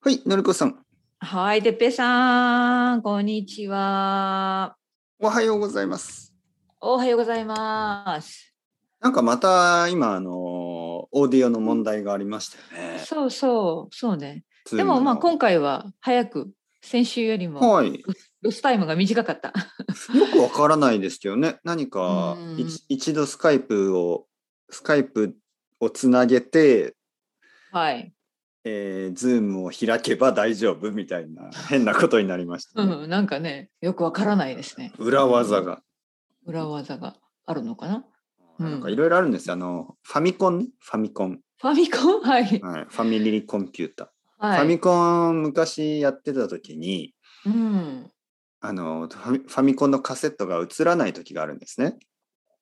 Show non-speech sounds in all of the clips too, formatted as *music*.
はい、のりこさん。はい、てっぺいさん、こんにちは。おはようございます。おはようございます。なんかまた今、あのー、オーディオの問題がありましたよね。そうそう、そうね。でも、まあ、 Zoom 今回は早く、先週よりのもはい。ロスタイムが短かった。 *laughs* よくわからないですけどね。何かうん一、一度スカイプを、スカイプをつなげて、はい。えー、ズームを開けば大丈夫みたいな変なことになりましたね、うん、なんかね、よくわからないですね。裏技が。裏技があるのかな。うんなんかいろいろあるんですよ。あの、ファミコンね。ファミコン。ファミコン、 *laughs* はい。はい。ファミリーコンピュータ。はファい。ミコン昔やってた時に、うん。あのファミファミコンのカセットが映らない時があるんですね。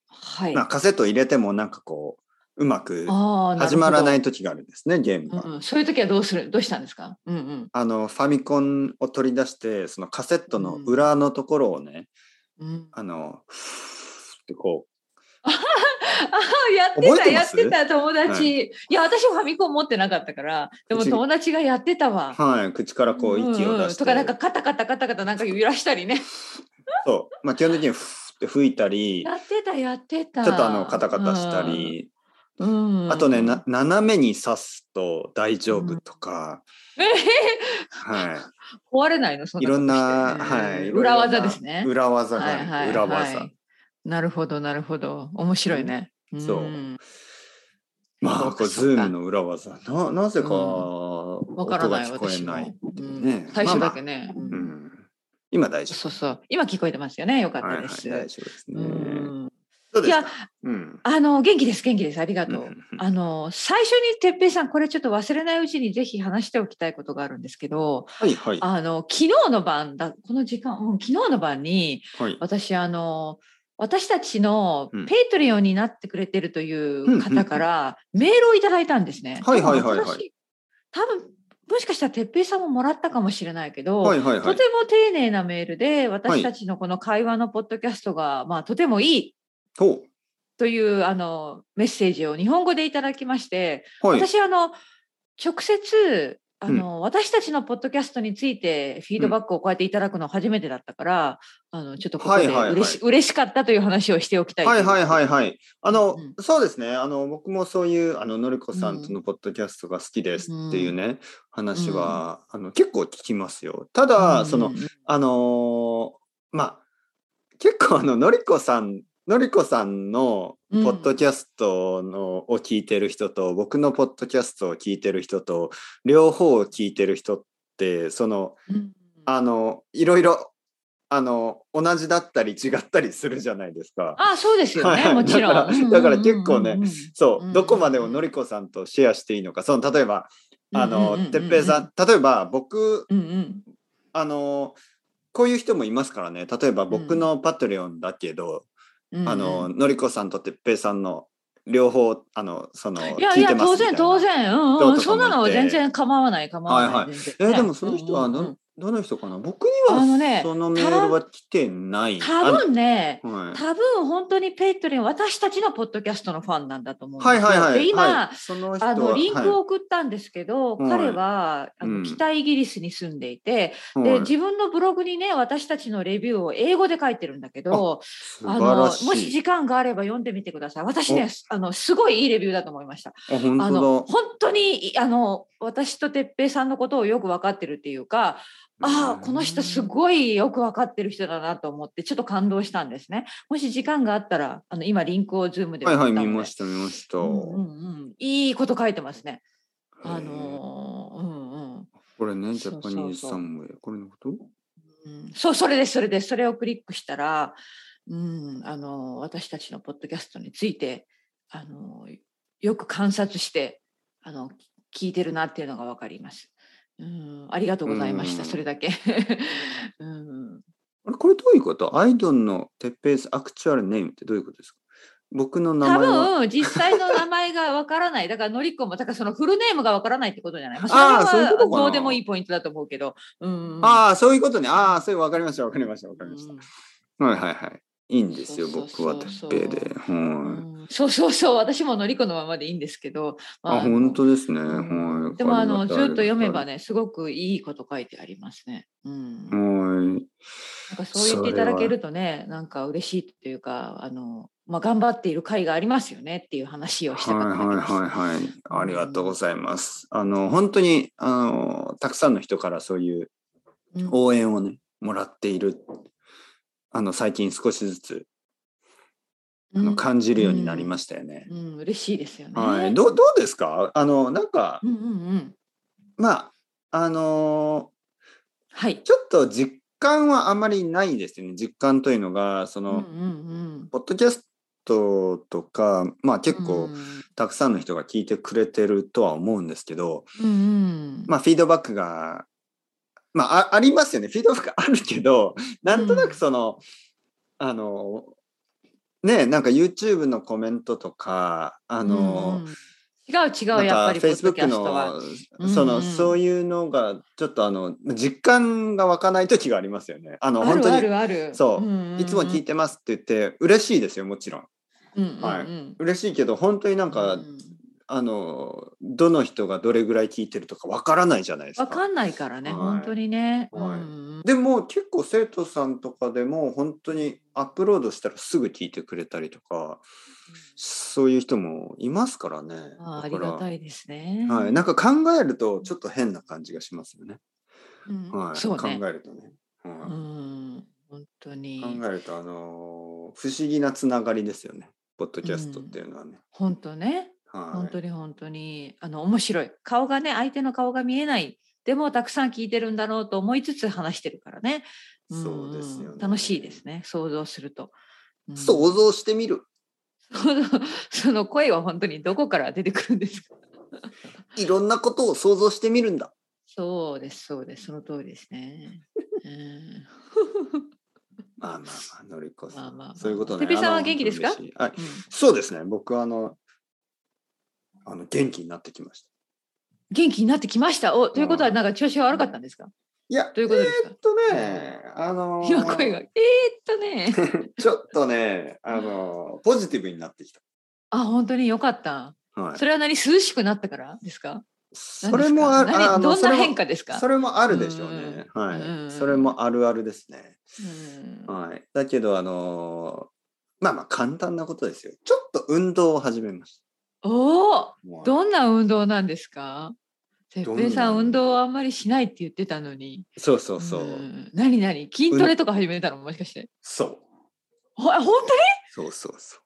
はい。まあ、カセット入れてもなんかこううまくあー始まらな。るい時があるんですねゲームほが。どうん、そういう時はどうする、どうしたんですか。うんうんあのファミコンを取り出してそのカセットの裏のところをね、うん。あのふーってこあやって覚たえてやまっすてた友達、、はいや私ファミコン持ってなかったからでもうち友達がやってたう、わ。はい、口からこう息をん出んして、とかなんかカタカタカタカタなんか揺らし *laughs* たりねそうまあ、基本的にふーって吹いたりやってたやってちょたっとあのカタカタした、り、うんうんあとねな斜めに刺すと大丈夫とか、えへへはい。 *laughs* 壊れないのそんいなころとんな、してねはい、裏技ですね裏技があはる、いはい裏技、はいなるほどなるほど面白いね、んそうまあ、これズームの裏技、な、なぜか。わ音からがない聞こえ私もない。うんね、最初だけまね、あまあううんん、今大丈そうそう今聞こえてますよねよかっ夫。たはい、はい、で大す、丈夫ですね。うんどうですいか。うん。あの元気です元気ですありがとう。うんうんうんあの最初にてっぺいさんこれちょっと忘れないうちにぜひ話しておきたいことがあるんですけど、はい、はい、あの昨日の晩だこの時間、うん、昨日の晩にはい。私あの私たちのうんペイトリオンになってくれてるといううんうんう方んからメールをいただいたんですね。はいはいはいはい多分私多分もしかしたらてっぺいさんももらったかもしれないけど、はい、はい、はといて。も丁寧なメールで私たちのこの会話のポッドキャストが、まあ、とてもいいほというあのメッセージを日本語でいただきまして、う。はい。私あの直接あの、私たちのポッドキャストについてフィードバックをこうやっていただくの初めてだったから、あのちょっとここではいはいはい嬉し,、嬉しかったという話をしておきたいはい、はい、はい、はい。あの、うんそうですね。あの、僕もそういう、あの、のりこさんとのポッドキャストが好きですっていうね。話は、あの、結構聞きますよ。ただ、そのうん、あのーまあ結構あののりこさんのりこさんのポッドキャストの、を聞いてる人と僕のポッドキャストを聞いてる人と両方を聞いてる人ってそのうんああのいろいろあの同じだったり違ったりするじゃないですか。そうですよね、はいもちろんだからうんうんうんだから結構ねうんうんそううんどこまでをのりこさんとシェアしていいのかその例えばあうんうんうんのうんてっぺいさん例えば僕うんうんあのこういう人もいますからね例えば僕のパトレオンだけど、うんうんあののりこさんとてっぺいさんの両方あのそのいや聞いいてやます当みたい然な当然、うん人とかうもいん、てそんなのは全然構わない構わない、はいはい全え然ねでもその人はうんうど,、んうんどの人かな僕にはあのねそのメールは来てない多分ねあのはい多分本当にペイトリン私たちのポッドキャストのファンなんだと思うんですはいよ。はいはいで今、はいその人はあのリンクをは送ったんですけど、はい彼はあうの、ん北イギリスに住んでいて、いはでい自分のブログにね私たちのレビューを英語で書いてるんだけど素あ晴のもらしいし時間があれば読んでみてください私ねあのすごいいいレビューだと思いました。あ本あ当の本当にいあの私と哲平さんのことをよく分かってるっていうかだああこの人すごいよく分かってる人だなと思ってちょっと感動したんですね。もし時間があったらあの今リンクをズームではいはい送った見のでました見ました、うんうんうん、いいこと書いてますね。あへえのーうんこれねジそうャそうパそうニーズサムウェイこれのことうんうん、そうそれですそれですそれをクリックしたら、うんあのー私たちのポッドキャストについて、あのーよく観察してあの聞いてるなっていうのが分かります。うん、ありがとうございました、うんそれだけ、 *laughs* うん。あれこれどういうこと ?I don't know. てっぺいさん、アクチュアルネームってどういうことですか僕の名多前は。分実際の名前が分からないだからのりこもだからそのフルネームが分からないってことじゃない、まあーあ、そそうれいうはことかなどうでもいいポイントだと思うけど。うんうんああ、そういうことね。ああ、そういうわかりました、わかりました、わかりましうんた。はいはいはい。いいんですよ、そう僕そうそはう達平で。うはい。んそうそうそう私ものりこのままでいいんですけど、あ、本当ですね。うんはい。でもあのりずがったいと読めば。ねすごくいいこと書いてありますね。うん、はなんい。かそう言っていただけるとねなんか嬉しいというかあの、まあ、頑張っている甲斐がありますよねっていう話をしたはいかったはいわけです。はいはい。ありがとうございます。あの、本当に、あの、たくさんの人からそういううん応援をね、もらっている。あの、最近少しずつ、あうのん感じるようになりましたよね。うん、嬉しいですよね。はい。どう、どうですかあの、なんか、うんうんうん。まあ、あのはい。ちょっと実感はあまりないですね。実感というのが、そうんの、うんうん。ポッドキャストとか、まあ結う構んたくさんの人が聞いてくれてるとは思うんですけど、うんうん。まあフィードバックが、まああありますよね。フィードバックあるけど、なんとなくその、あの、ねえなんか YouTube のコメントとか、ああの、違う違うやなっぱんりかポッドキ Facebook ャストは。の、うんその、うんそういうのが、ちょっとあの、実感が湧かない時がありますよね。あの、あ本る当あに、るある。そんんんいつも聞いてますって言って、嬉しいですよ、もちろん。うんうんうんはい嬉しいけど本当になんか、うんあのどの人がどれぐらい聞いてるとかわからないじゃないですか。わかんないからね、はい本当にね。はいうんでも結構生徒さんとかでも本当にアップロードしたらすぐ聞いてくれたりとかそういう人もいますからね。あーあだりかがらたいですね。はい、なんか考えるとちょっと変な感じがしますよね。うんはい、そう考えね。るとね。うはん、本当い、に。考えるとあのー不思議なつながりですよね。ポッドキャストっていうのはね。本当ね。はい、本当に本当にあの面白い顔がね相手の顔が見えないでもたくさん聞いてるんだろうと思いつつ話してるからねそうですよねんん楽しいですね想像すると、うん想像してみる。その *laughs* その声は本当にどこから出てくるんですかいろんなことを想像してみるんだ。そうですそうですその通りですね、うんまあまあまあ、のりこさん。まあまあまあそういうことね。てっぺいさんはあの元気ですか本当に嬉しいはい、うんそうですね。僕はあの、あの元気になってきました。元気になってきましたおということはなんか調子が悪かったんですかいや、どういうことですかえーっとね、あのー今声がえー、っとねちょっと *laughs* ね、あのーポジティブになってきあ本当によかったた。はい。それは何涼しくなったからですかそれもある、何あのどんそなれも変化ですかそれもあるでしょうね。んはうんい。それもあるあるですね。うんはい。だけど、あのーまあまあ簡単なことですよ。ちょっと運動を始めましおおた。はいどんな運動なんですか哲どんな平さん運動はあんまりしないって言ってたのにそうそうそう。ん何何筋トレとか始めたのもしかしてそう。ほ本当にそうそうそう。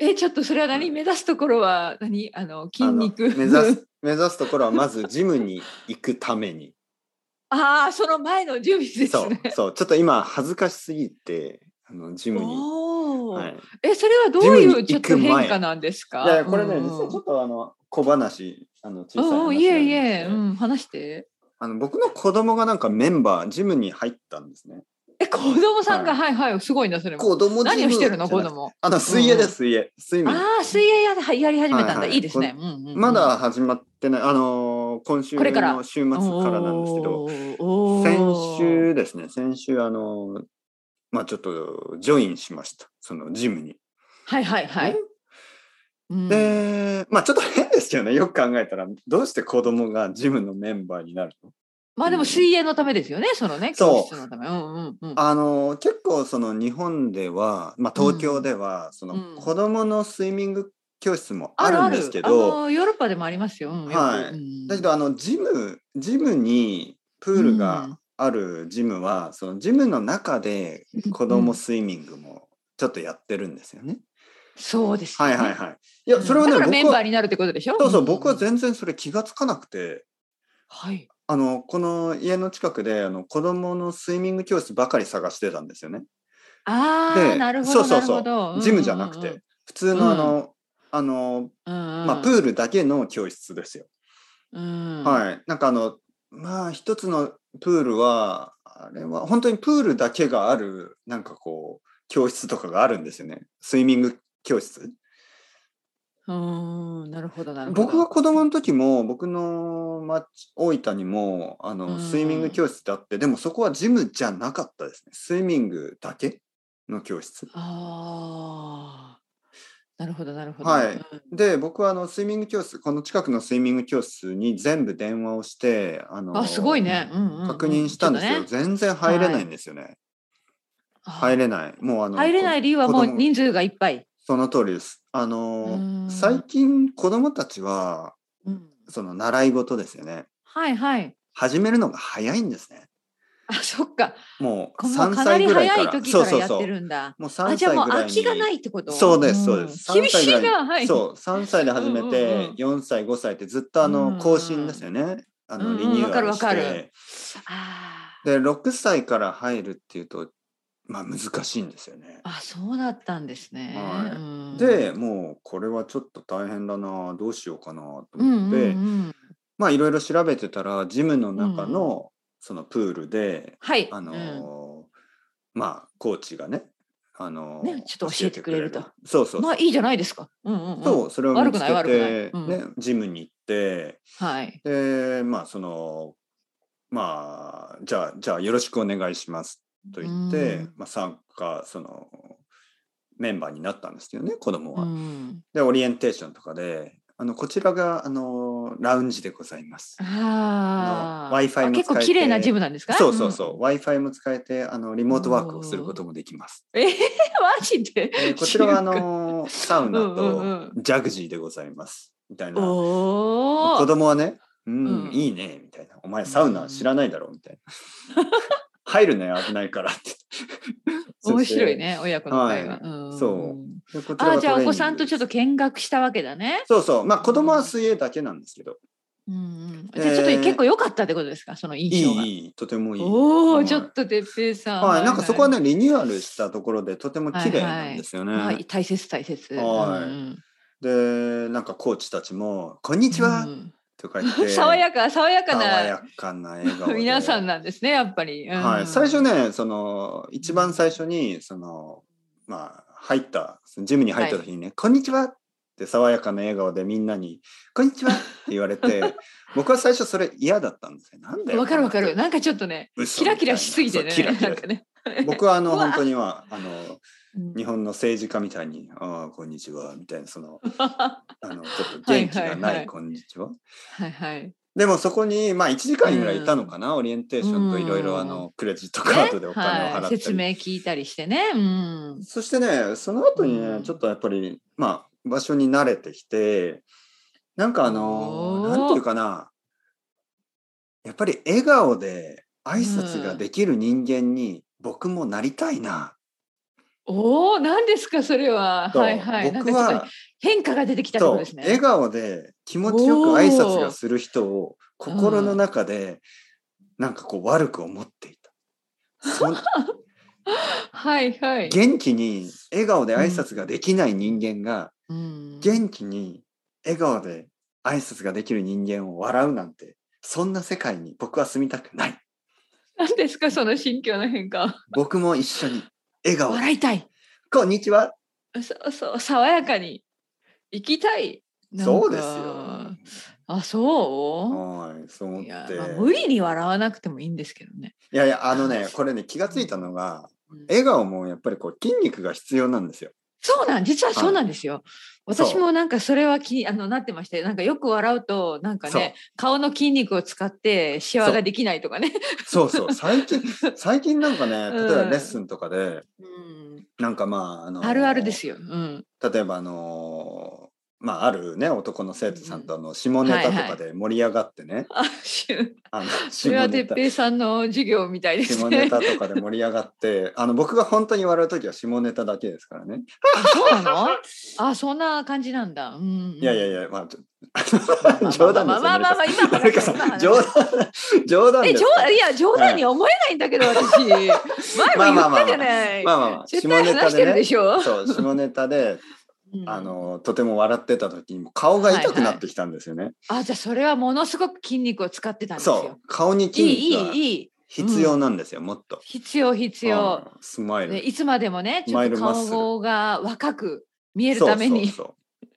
えちょっとそれは何うん目指すところは何あの筋あの肉目指す目指すところはまずジムに行くために *laughs* ああその前の準備ですそうねそうちょっと今恥ずかしすぎてあのジムに、おお、はい、えそれはどういジムうにち行ょっとく前変化なんですかいやこれねうん実はちょっとあの小話あの小さい話うんなうんでんいすけえどいえ、うん、話してあの僕の子供がなんかメンバージムに入ったんですねえ子供さんが、はい、はいすごいなそれも子供ジム何をしてるのじゃ子なく供。あの水泳でうんす水泳水泳ああ水泳やはやり始めたんだ、はいいはいい、ですね。うんうんうんまだ始まってないあのー今週これからの週末からなんですけどおーおー先週ですね先週あのまあちょっとジョインしましたそのジムに。はいはいはい。うんでまあちょっと変ですけどねよく考えたらどうして子供がジムのメンバーになるのまあでも水泳のためですよねそのねそう教室のため。うんうんうん。あの結構その日本では、まあ、東京ではそのうん子供のスイミング教室もあるんですけど、あのヨーロッパでもありますよ。うんよくはいうんだけどあのジムジムにプールがあるジムは、そのジムの中で子供スイミングもちょっとやってるんですよね。そうですはよね、いはいはい。いやそれはうんねだからメン僕バーはになるってことでしょ。そうそううんんん僕は全然それ気がつかなくて。はい。あのこの家の近くであの子供のスイミング教室ばかり探してたんですよね。ああでなるほそどうそなうるそうほど。ジムじゃなくて、普通のあの、あのままあ、プールだけの教室ですよ。うんはい。なんかあのまあ一つのプールはあれは本当にプールだけがあるなんかこう教室とかがあるんですよね。スイミング教室。うんなるほどなるほど。僕が子供の時も僕の町大分にもあうのんスイミング教室ってあって、でもそこはジムじゃなかったですね。スイミングだけ。の教室。ああ。なるほど、なるほど。はいで僕はあのスイミング教室この近くのスイミング教室に全部電話をしてあうのん。あ、すごいね。うんうんうん確認したんですちよ、ょっとね全然入れないんですよね、入れれないもうあの入れない理由はもう子供人数がいっぱい。その通りですあのうん最近子どもたちはうんその習い事ですよねはいはい。始めるのが早いんですねあ、そっか。もうこもう3かな歳りぐらい早かいら時そうからそうやっそてうるんだ。もう3あ、歳じゃあもうぐらい空にきがないってこと。そうですそうですん3厳歳しぐらいいな。はい。そう3歳で始めうんうんてうん4歳5歳ってずっとあうんうんうのん更新ですよねあうんうのんリニューアルわしかるわかてるあで6歳から入るっていうとまあ難しいんですよねーあ、そうだったんですね。はいうんで、もうこれはちょっと大変だなどうしようかなとうん思っうんて、うん、まあいろいろ調べてたらジムの中のそのプールで、はい。あのうんーまあコーチがね、あのーねちょっと教えてくれるとそうそうそう、まあいいじゃないですか。うんうんうん、そうそれを見つけ悪くないて悪、くないね、ジムに行ってはい。でまあそのまあじゃあじゃあよろしくお願いしますと言って、うんまあ、参加そのメンバーになったんですけどね子供は。うん、で、オリエンテーションとかで、あのこちらがあのラウンジでございます。ああのあ。Wi-Fi も使えてあ結構綺麗なジムなんですか。そうそううんそう、Wi-Fi も使えてあのリモートワークをすることもできます。えー、マジでえーこちらはあ中のサウナうんうんとうジャグジーでございます。みたいな。華子おー供はね、うん、うんいいね、みたいな。お前サウナ知らないだろ、みたいな。入るね、危ないからって。 *laughs* 面白いね親子の会話、はいんそうそして。あーじゃあお子さんとちょっとと。見学したわけだね、そうそう、まあ子供は水泳だけなんですけど、うんうん、じゃあちょっとえー結構良かったってことですかそのい印象がい、いい、とてもいい。おお、はいちょっと哲平さん、はい、なんかそこはね、リニューアルしたところでとても綺麗はいはいなんですよね。はい、はい大切大切はいうんで、なんかコーチたちも、こんにちは、うんとか言って、爽やか爽やか爽なやかな笑顔で。 *laughs* 皆さんなんですねやっぱり、うんはい、最初ね、その、一番最初に、その、まあ、入った、そのジムに入った時にね、こんにちはって爽やかな笑顔でみんなに、こんにちはって言われ *laughs* て、僕は最初それ嫌だったんですよ。なんだよ。わかるわかるなんかちょっとね嘘キみたいな。ラキラしすぎてねそうキラキなラんかね僕はあのうわ本当にはあのうん日本の政治家みたいに「ああこんにちは」みたいなそ *laughs* のあのちょっと元気がはいはいなはい「いこんにちははいはい」でもそこにまあ1時間ぐらいいたのかな、オリエンテーションといろいろあうのクレジットカードでお金を払はっい、た説り、明聞いたりしてね。うん。そしてねその後にうねんちょっとやっぱりまあ場所に慣れてきてなんかあのおーなんていうかなやっぱり笑顔で挨拶ができる人間に僕もなりたいなおお、なんですか、それは。と、はいはい。なん僕かちょっはと変化が出てきたってこそとうですね笑。顔で気持ちよく挨拶がする人を心の中でなんかこう悪く思っていた。そ *laughs* んはいはい。元気に笑顔で挨拶ができない人間がうん元気に笑顔で挨拶ができる人間を笑うなんてそんな世界に僕は住みたくない。なんですか、その心境の変化。僕も一緒に笑顔で笑いたい。こんにちはそうそう、爽やかに。生きたい。なんかそうですよ。。あ、そはい、そうう。思っいて。や、まあ無理に笑わなくてもいいんですけどね。いやいや、あのね、これね、気がついたのが、うん笑顔もやっぱりこう筋肉が必要なんですよ。そうなん、実はそうなんですよ。そう私もなんかそれは気にあのなってまして、なんかよく笑うと、なんかそうね、顔の筋肉を使ってシワができないとかね。そうそう最近最近なんかね例えばうんレッスンとかで、うんなんかまああのあるあるですよ。うん。例えばあのまああるね男の生徒さんとあの下ネタとかで盛り上がってね、あ、しゅあのそれは下ネ哲タ平さんの授業みたいです下ネね。タとかで盛り上がってあの僕が本当に笑う時は下ネタだけですからねあそうなの？あ、そんな感じなんだ。うんうん。いやいやいやまあちょま冗談あですよまあまあまあ今のり話かしさ今話んし冗談冗談え、です冗からいや冗談に思えないんだけ *laughs* ど私。前も言まあまあまっあたじゃないま。あまあまあ絶対話してるでしょ。そう下ネタでうんあのとても笑ってた時にも顔が痛くなってきたんですよね。あじゃあそれはものすごく筋肉を使ってたんですそうよ。顔にい筋いい肉いがいい必要なんですよ、もっと。必要必要。うんスマイル。ねいつまでもねちょマっイルとマッスル顔が若く見えるために。そうそうそ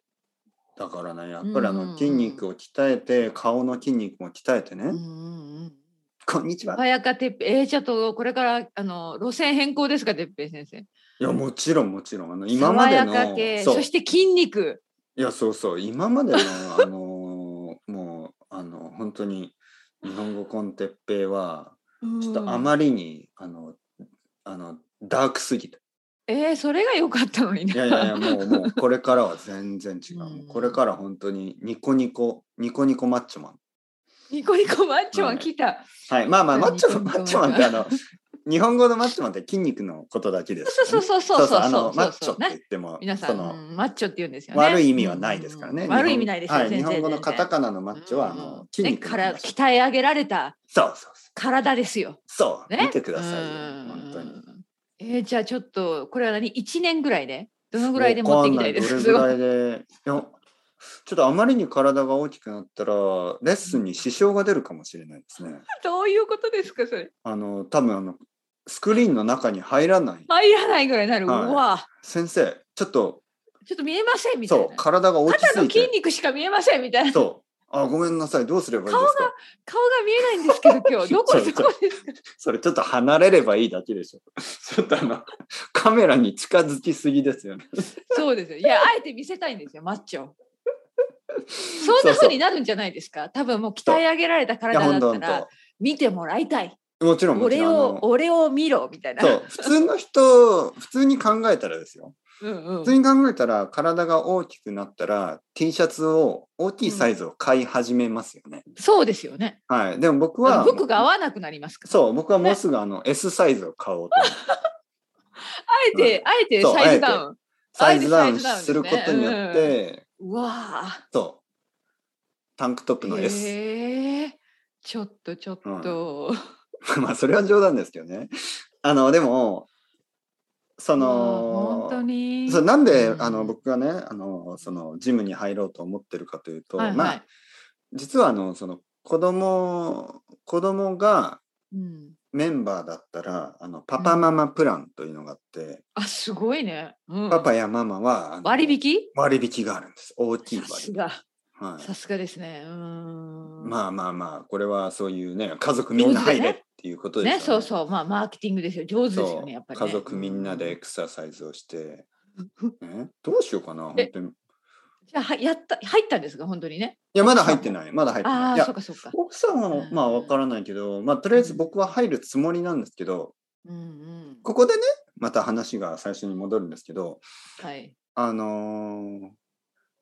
うだからねやっぱりあうんうんうのん筋肉を鍛えて顔の筋肉も鍛えてね、うんうんうんこんにちは、早川哲平えー、ちょっとこれからあの路線変更ですか哲平先生。いやもちろんもちろんあの今までの爽やか系そそうして筋肉いやそうそう今までのあのもうあの本当に日本語コンテッペイはちょっとあいまりに、あのあのダークすぎたえー、それが良かったのにないやいやい *laughs* やもうもうこれからは全然違う、うんもうこれから本当にニコニコニコニコマッチョマンニコニコマッチョマン来た、はいまあまあマッ何チョマンニマコッニコチョマンってあの日本語のマッチョマンって筋肉のことだけですそうからね、そうそうそうそうあそのうマそうッチョそってうね言っても皆さそん、のうんマッチョって言うんですよね。悪い意味はないですからね。う日ん本悪い意味ないですよ。はい、全日然本語のカタ全然カナのマッチョは、あうのん、筋肉ねのからマッチョ鍛え上げられたそうそう体ですよ。そう。そう、ね。見てくださいようん。本当に。えーじゃあちょっとこれは何一年ぐらいでどのぐらいで持ってきたいですわかか。んないどれぐらいで。いや、ちょっとあまりに体が大きくなったら、レッスンに支障が出るかもしれないですね。 *laughs* どういうことですかそれ。あの、多分あの、スクリーンの中に入らない。入らないぐらいになる。はいうわ先生、ちょっと、ちょっと見えませんみたいそなう、。体が大き肩すのぎ筋て。肉しか見えませんみたいな。そう。あ、ごめんなさい。どうすればいいですか顔が見えないんですけど今日どこ *laughs* そうそうどこですか。それちょっと離れればいいだけでしょ。 *laughs* ちょっとあの、カメラに近づきすぎですよね。そうですよ。い *laughs* や、あえて見せたいんですよ、マッチョを。そんな風になるんじゃないですか。多分もう鍛え上げられたいや、体ほんだとっほたんらと。見てもらいたい。もちろん、もち俺ろん。あをの俺を見ろみたいな。そう、普通の人、普通に考えたらですよ。うんうん。普通に考えたら、体が大きくなったら、T シャツを、大きいサイズを買い始めますよね。そうですよね。はい。でも僕あのは、服が合わなくなりますから。そう、僕はもうすぐあの S サイズを買おうと思って。あえて、あえてそうサイズダウン。サイズダウンサイズダウンですねすることによって、うわあ。そう、タンクトップの S。 *laughs* へえ。ちょっとちょっと。まあ、それは冗談ですけどね。あの、でも、そあの本、当に。そうなんで、うんあの僕がねあのそのジムに入ろうと思ってるかというと、はいはいまあ実はあのその子供子供がうん。メンバーだったらあのパパママプランというのがあって、あ、すごいね。うんパパやママはあの割引。割引があるんです大きいさ割す引、が。はい、さすがですね。うーん。まあまあまあこれはそういうね家族みんな入れっていうことですよね、そうそう、まあ、マーケティングですよ。上手ですよね、やっぱり、ね。家族みんなでうエクササイズを *laughs* して、うん。ね、どうしようかな本え当にいじゃあ、はやった、入ったんですか、本当にね。やまだ入ってないまだ入ってないあいあ、やそうか、そうか。奥さんはまあわからないけど、まあ、とりあえず僕は入るつもりなんですけどうんうん。ここでねまた話が最初に戻るんですけどはい。あのー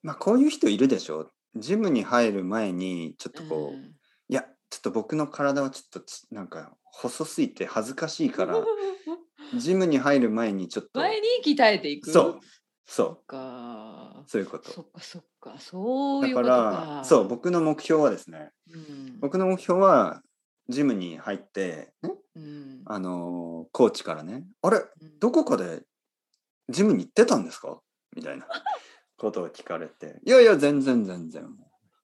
まあこういう人いるでしょジムに入る前にちょっとこう、いうんやちょっと僕の体はちょっとつなんか細すぎて恥ずかしいからジムに入る前にちょっと前に鍛えていく。そうそそうっか。そういうこそとっか、そっか、そういだかうことらか。そう僕の目標はですねうん。僕の目標はジムに入って、ねうん。あのーコーチからねあれうんどこかでジムに行ってたんですかみたい *laughs* なことを聞かれて、いやいや、全然全然。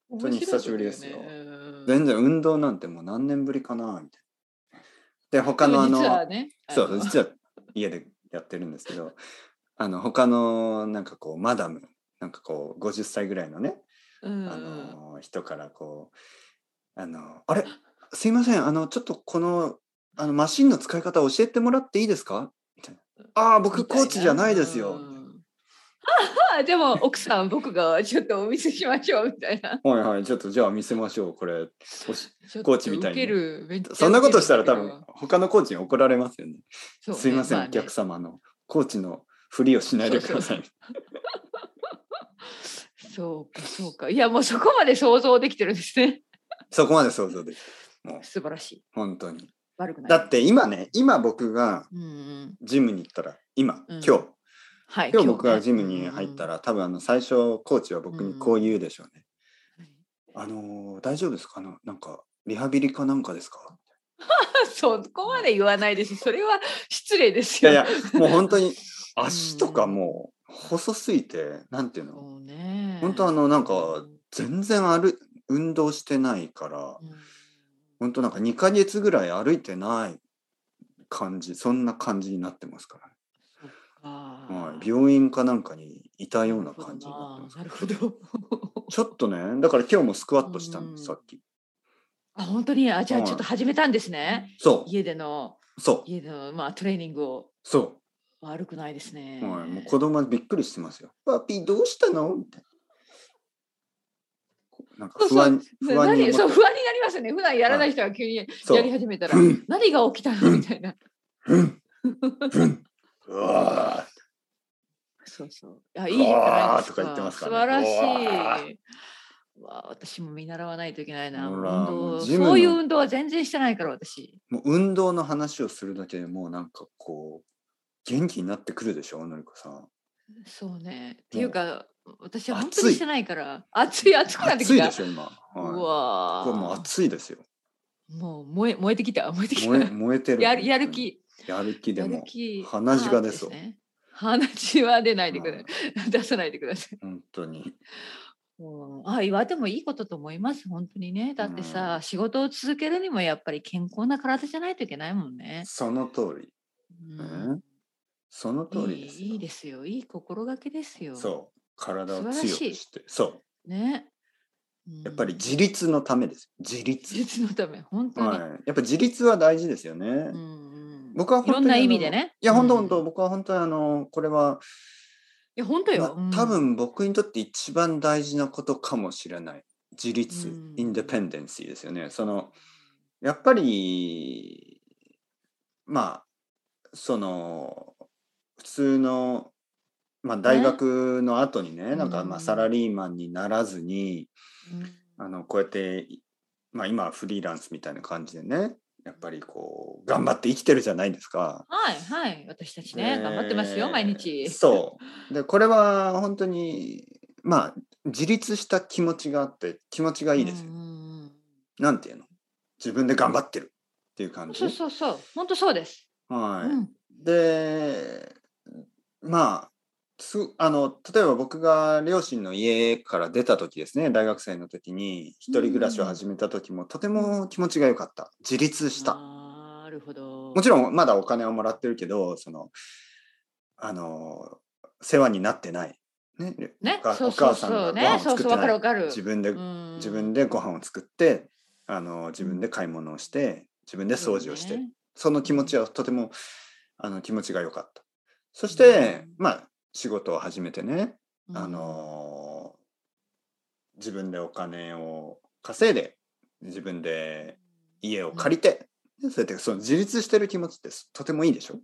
本当に久しぶりですよ全全然運動なんてもう何年ぶりかなみたいな。で、他のあ実はの、ね。そう、あの実は家でやってるんですけど、あの、他のなんかこう、マダム、なんかこう、50歳ぐらいのね、うんあうん。の、人からこう、あの、あれすいません、あの、ちょっとこの、あの、マシンの使い方教えてもらっていいですかみたいな。ああ、僕みたコーチじゃないですうよ。んあでも奥さん僕がちょっとお見せしましょうみたいな。はいはい、ちょっとじゃあ見せましょう、これ。おしコ *laughs* コーチみたいにるめっちゃウケるそんなことしたら多だ分他のコーチに怒られますよね。けどすいません、そうねおあね客様のコーチのふりをしないでください。そうかそうかいやもうそこまで想像できてるんですね。そこまで想像できる。もう素晴らしい本当に。悪くない。だって今ね、今僕がうんうんジムに行ったら、今、う今ん日、はい今日僕がジムに入った。ら、多分あの最初コーチは僕にこう言うでしょうね。今日ねうんあ *laughs* うんのー大丈夫ですかあのなんかリハビリかなんかですかそこまで言わないですそれは失礼ですいやよ。いや、もう本 *laughs* 当に足とかもう細すぎて、なんていうのそうね。本当あのなんか全然歩運動してないからうん本当なんか2ヶ月ぐらい歩いてない感じそんな感じになってますからね、あーはい、病院かなんかにいたような感じになってますなるほど。ちょっとねだから今日もスクワットしたんですうさんっきあ本当にあじゃあはいちょっと始めたんですね。そ家でのうそ家でのまあトレーニングを。うそ悪くないですね。はい、もう子供はびっくりしてますよ。パピーどうしたのみたいな。こうなんかそう不そう安不安に何思そうっ不安になりますよね。普段やらない人が急にやそうり始めたたらふ、ん何が起きたのみたいな。ふ *laughs* んふんうわそうそう。あ、いいじゃないうわですか。ーとか言ってますか素らね晴らしい。うわー私も見習わないといけないな。ほ運らも動うジムのそういう運動は全然してないから私。ーもう運動の話をするだけでもうなんかこう元気になってくるでしょのりこさん。そうね。っていうか、私は本当暑にいしてないから、暑い暑くなって暑いきた。でしょ今。うはわい、ーこれもう暑いですよ。もう燃え燃えてきた燃えてきた。燃え燃えてる。やるやる。気やる気でやもるう気。鼻血が出そうパーッとですね。鼻血は出ないでくだはさいい。 *laughs* 出さないでください。本当に。うんあ言われてもいいことと思います本当にねだってさ、仕事を続けるにもやっぱり健康な体じゃないといけないもんね、その通り。うんその通りいですよ。いいいですよいい心がけですよそう。体を素晴ら強しいくして。そう。ね、うんやっぱり自立のためです。自立。自立のため本当に、はい。やっぱ自立は大事ですよね。うんうん僕はい本ろ当にんな意味でねいや、本当うん本当、僕は本当にあの、これは、いや本当よ、まあ多分僕にとって一番大事なことかもしれない。自立、うんインデペンデンシーですよね。その、やっぱり、まあ、その、普通の、まあ、大学の後にね、なんかまうあんサラリーマンにならずに、うんあのこうやって、まあ、今はフリーランスみたいな感じでねやっぱりこう頑張って生きてるじゃないですか。はいはい私たちね、で頑張ってますよ毎日そうでこれは本当にまあ自立した気持ちがあって気持ちがういいですよ。んうんうんなんていうの自分で頑張ってるっていう感じ。そうそうそう本当そうです、はいうんでまあすあの例えば僕が両親の家から出た時ですね大学生の時に一人暮らしを始めた時も、とても気持ちが良かった自立したなるほどもちろんまだお金をもらってるけどそのあの世話になってない、ねねお、母そうおそう母さんがそうご飯ねを、そう作っそてうわかなるいわかる。自分でうん自分でご飯を作ってあの自分で買い物をして自分で掃除をして、ねその気持ちはとてもあの気持ちが良かった。そして、うんまあ仕事を始めてね、うんあのー自分でお金を稼いで自分で家を借りて、でそうやってその自立してる気持ちってとてもいいでしょ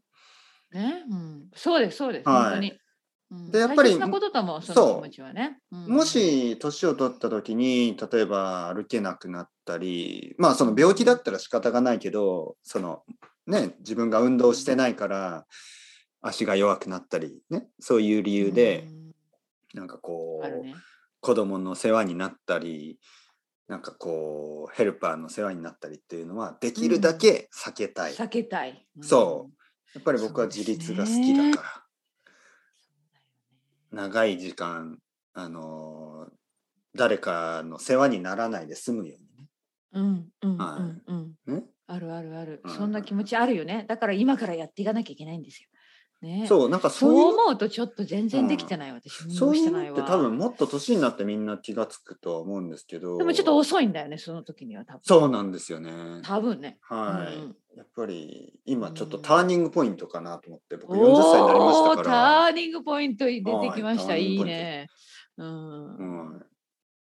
ね、うん、そうですそうです、はい本当に。うんでやっぱり大切なことかもそのそう気持ちはね。うんも、し年を取った時に例えば歩けなくなったりまあその病気だったら仕方がないけどそのね自分が運動してないから足が弱くなったりねそういう理由でなんかうこん、あるう、ね。子供の世話になったりなんかこうヘルパーの世話になったりっていうのはできるだけ避けたい、や避けたい。うんそっぱり僕は自立が好きだから、長い時間あのー誰かの世話にならないで済むよう。うんうんうんはうん。うにね。あるあるある、うんそんな気持ちあるよね。だから今からやっていかなきゃいけないんですよ。ね。そうなんかそそうういうの思うとちょっと全然できてない、私。運そ動ういしてうないのってわ。多分もっと年になってみんな気がつくとは思うんですけどでもちょっと遅いんだよね、その時には多分。そうなんですよね。多分ね。はい、うんやっぱり今ちょっとうんターニングポイントかなと思って、僕40お歳になりましたーかタら、ーニングポイント出てきました。はいいいターニングポイいントね。うん。うん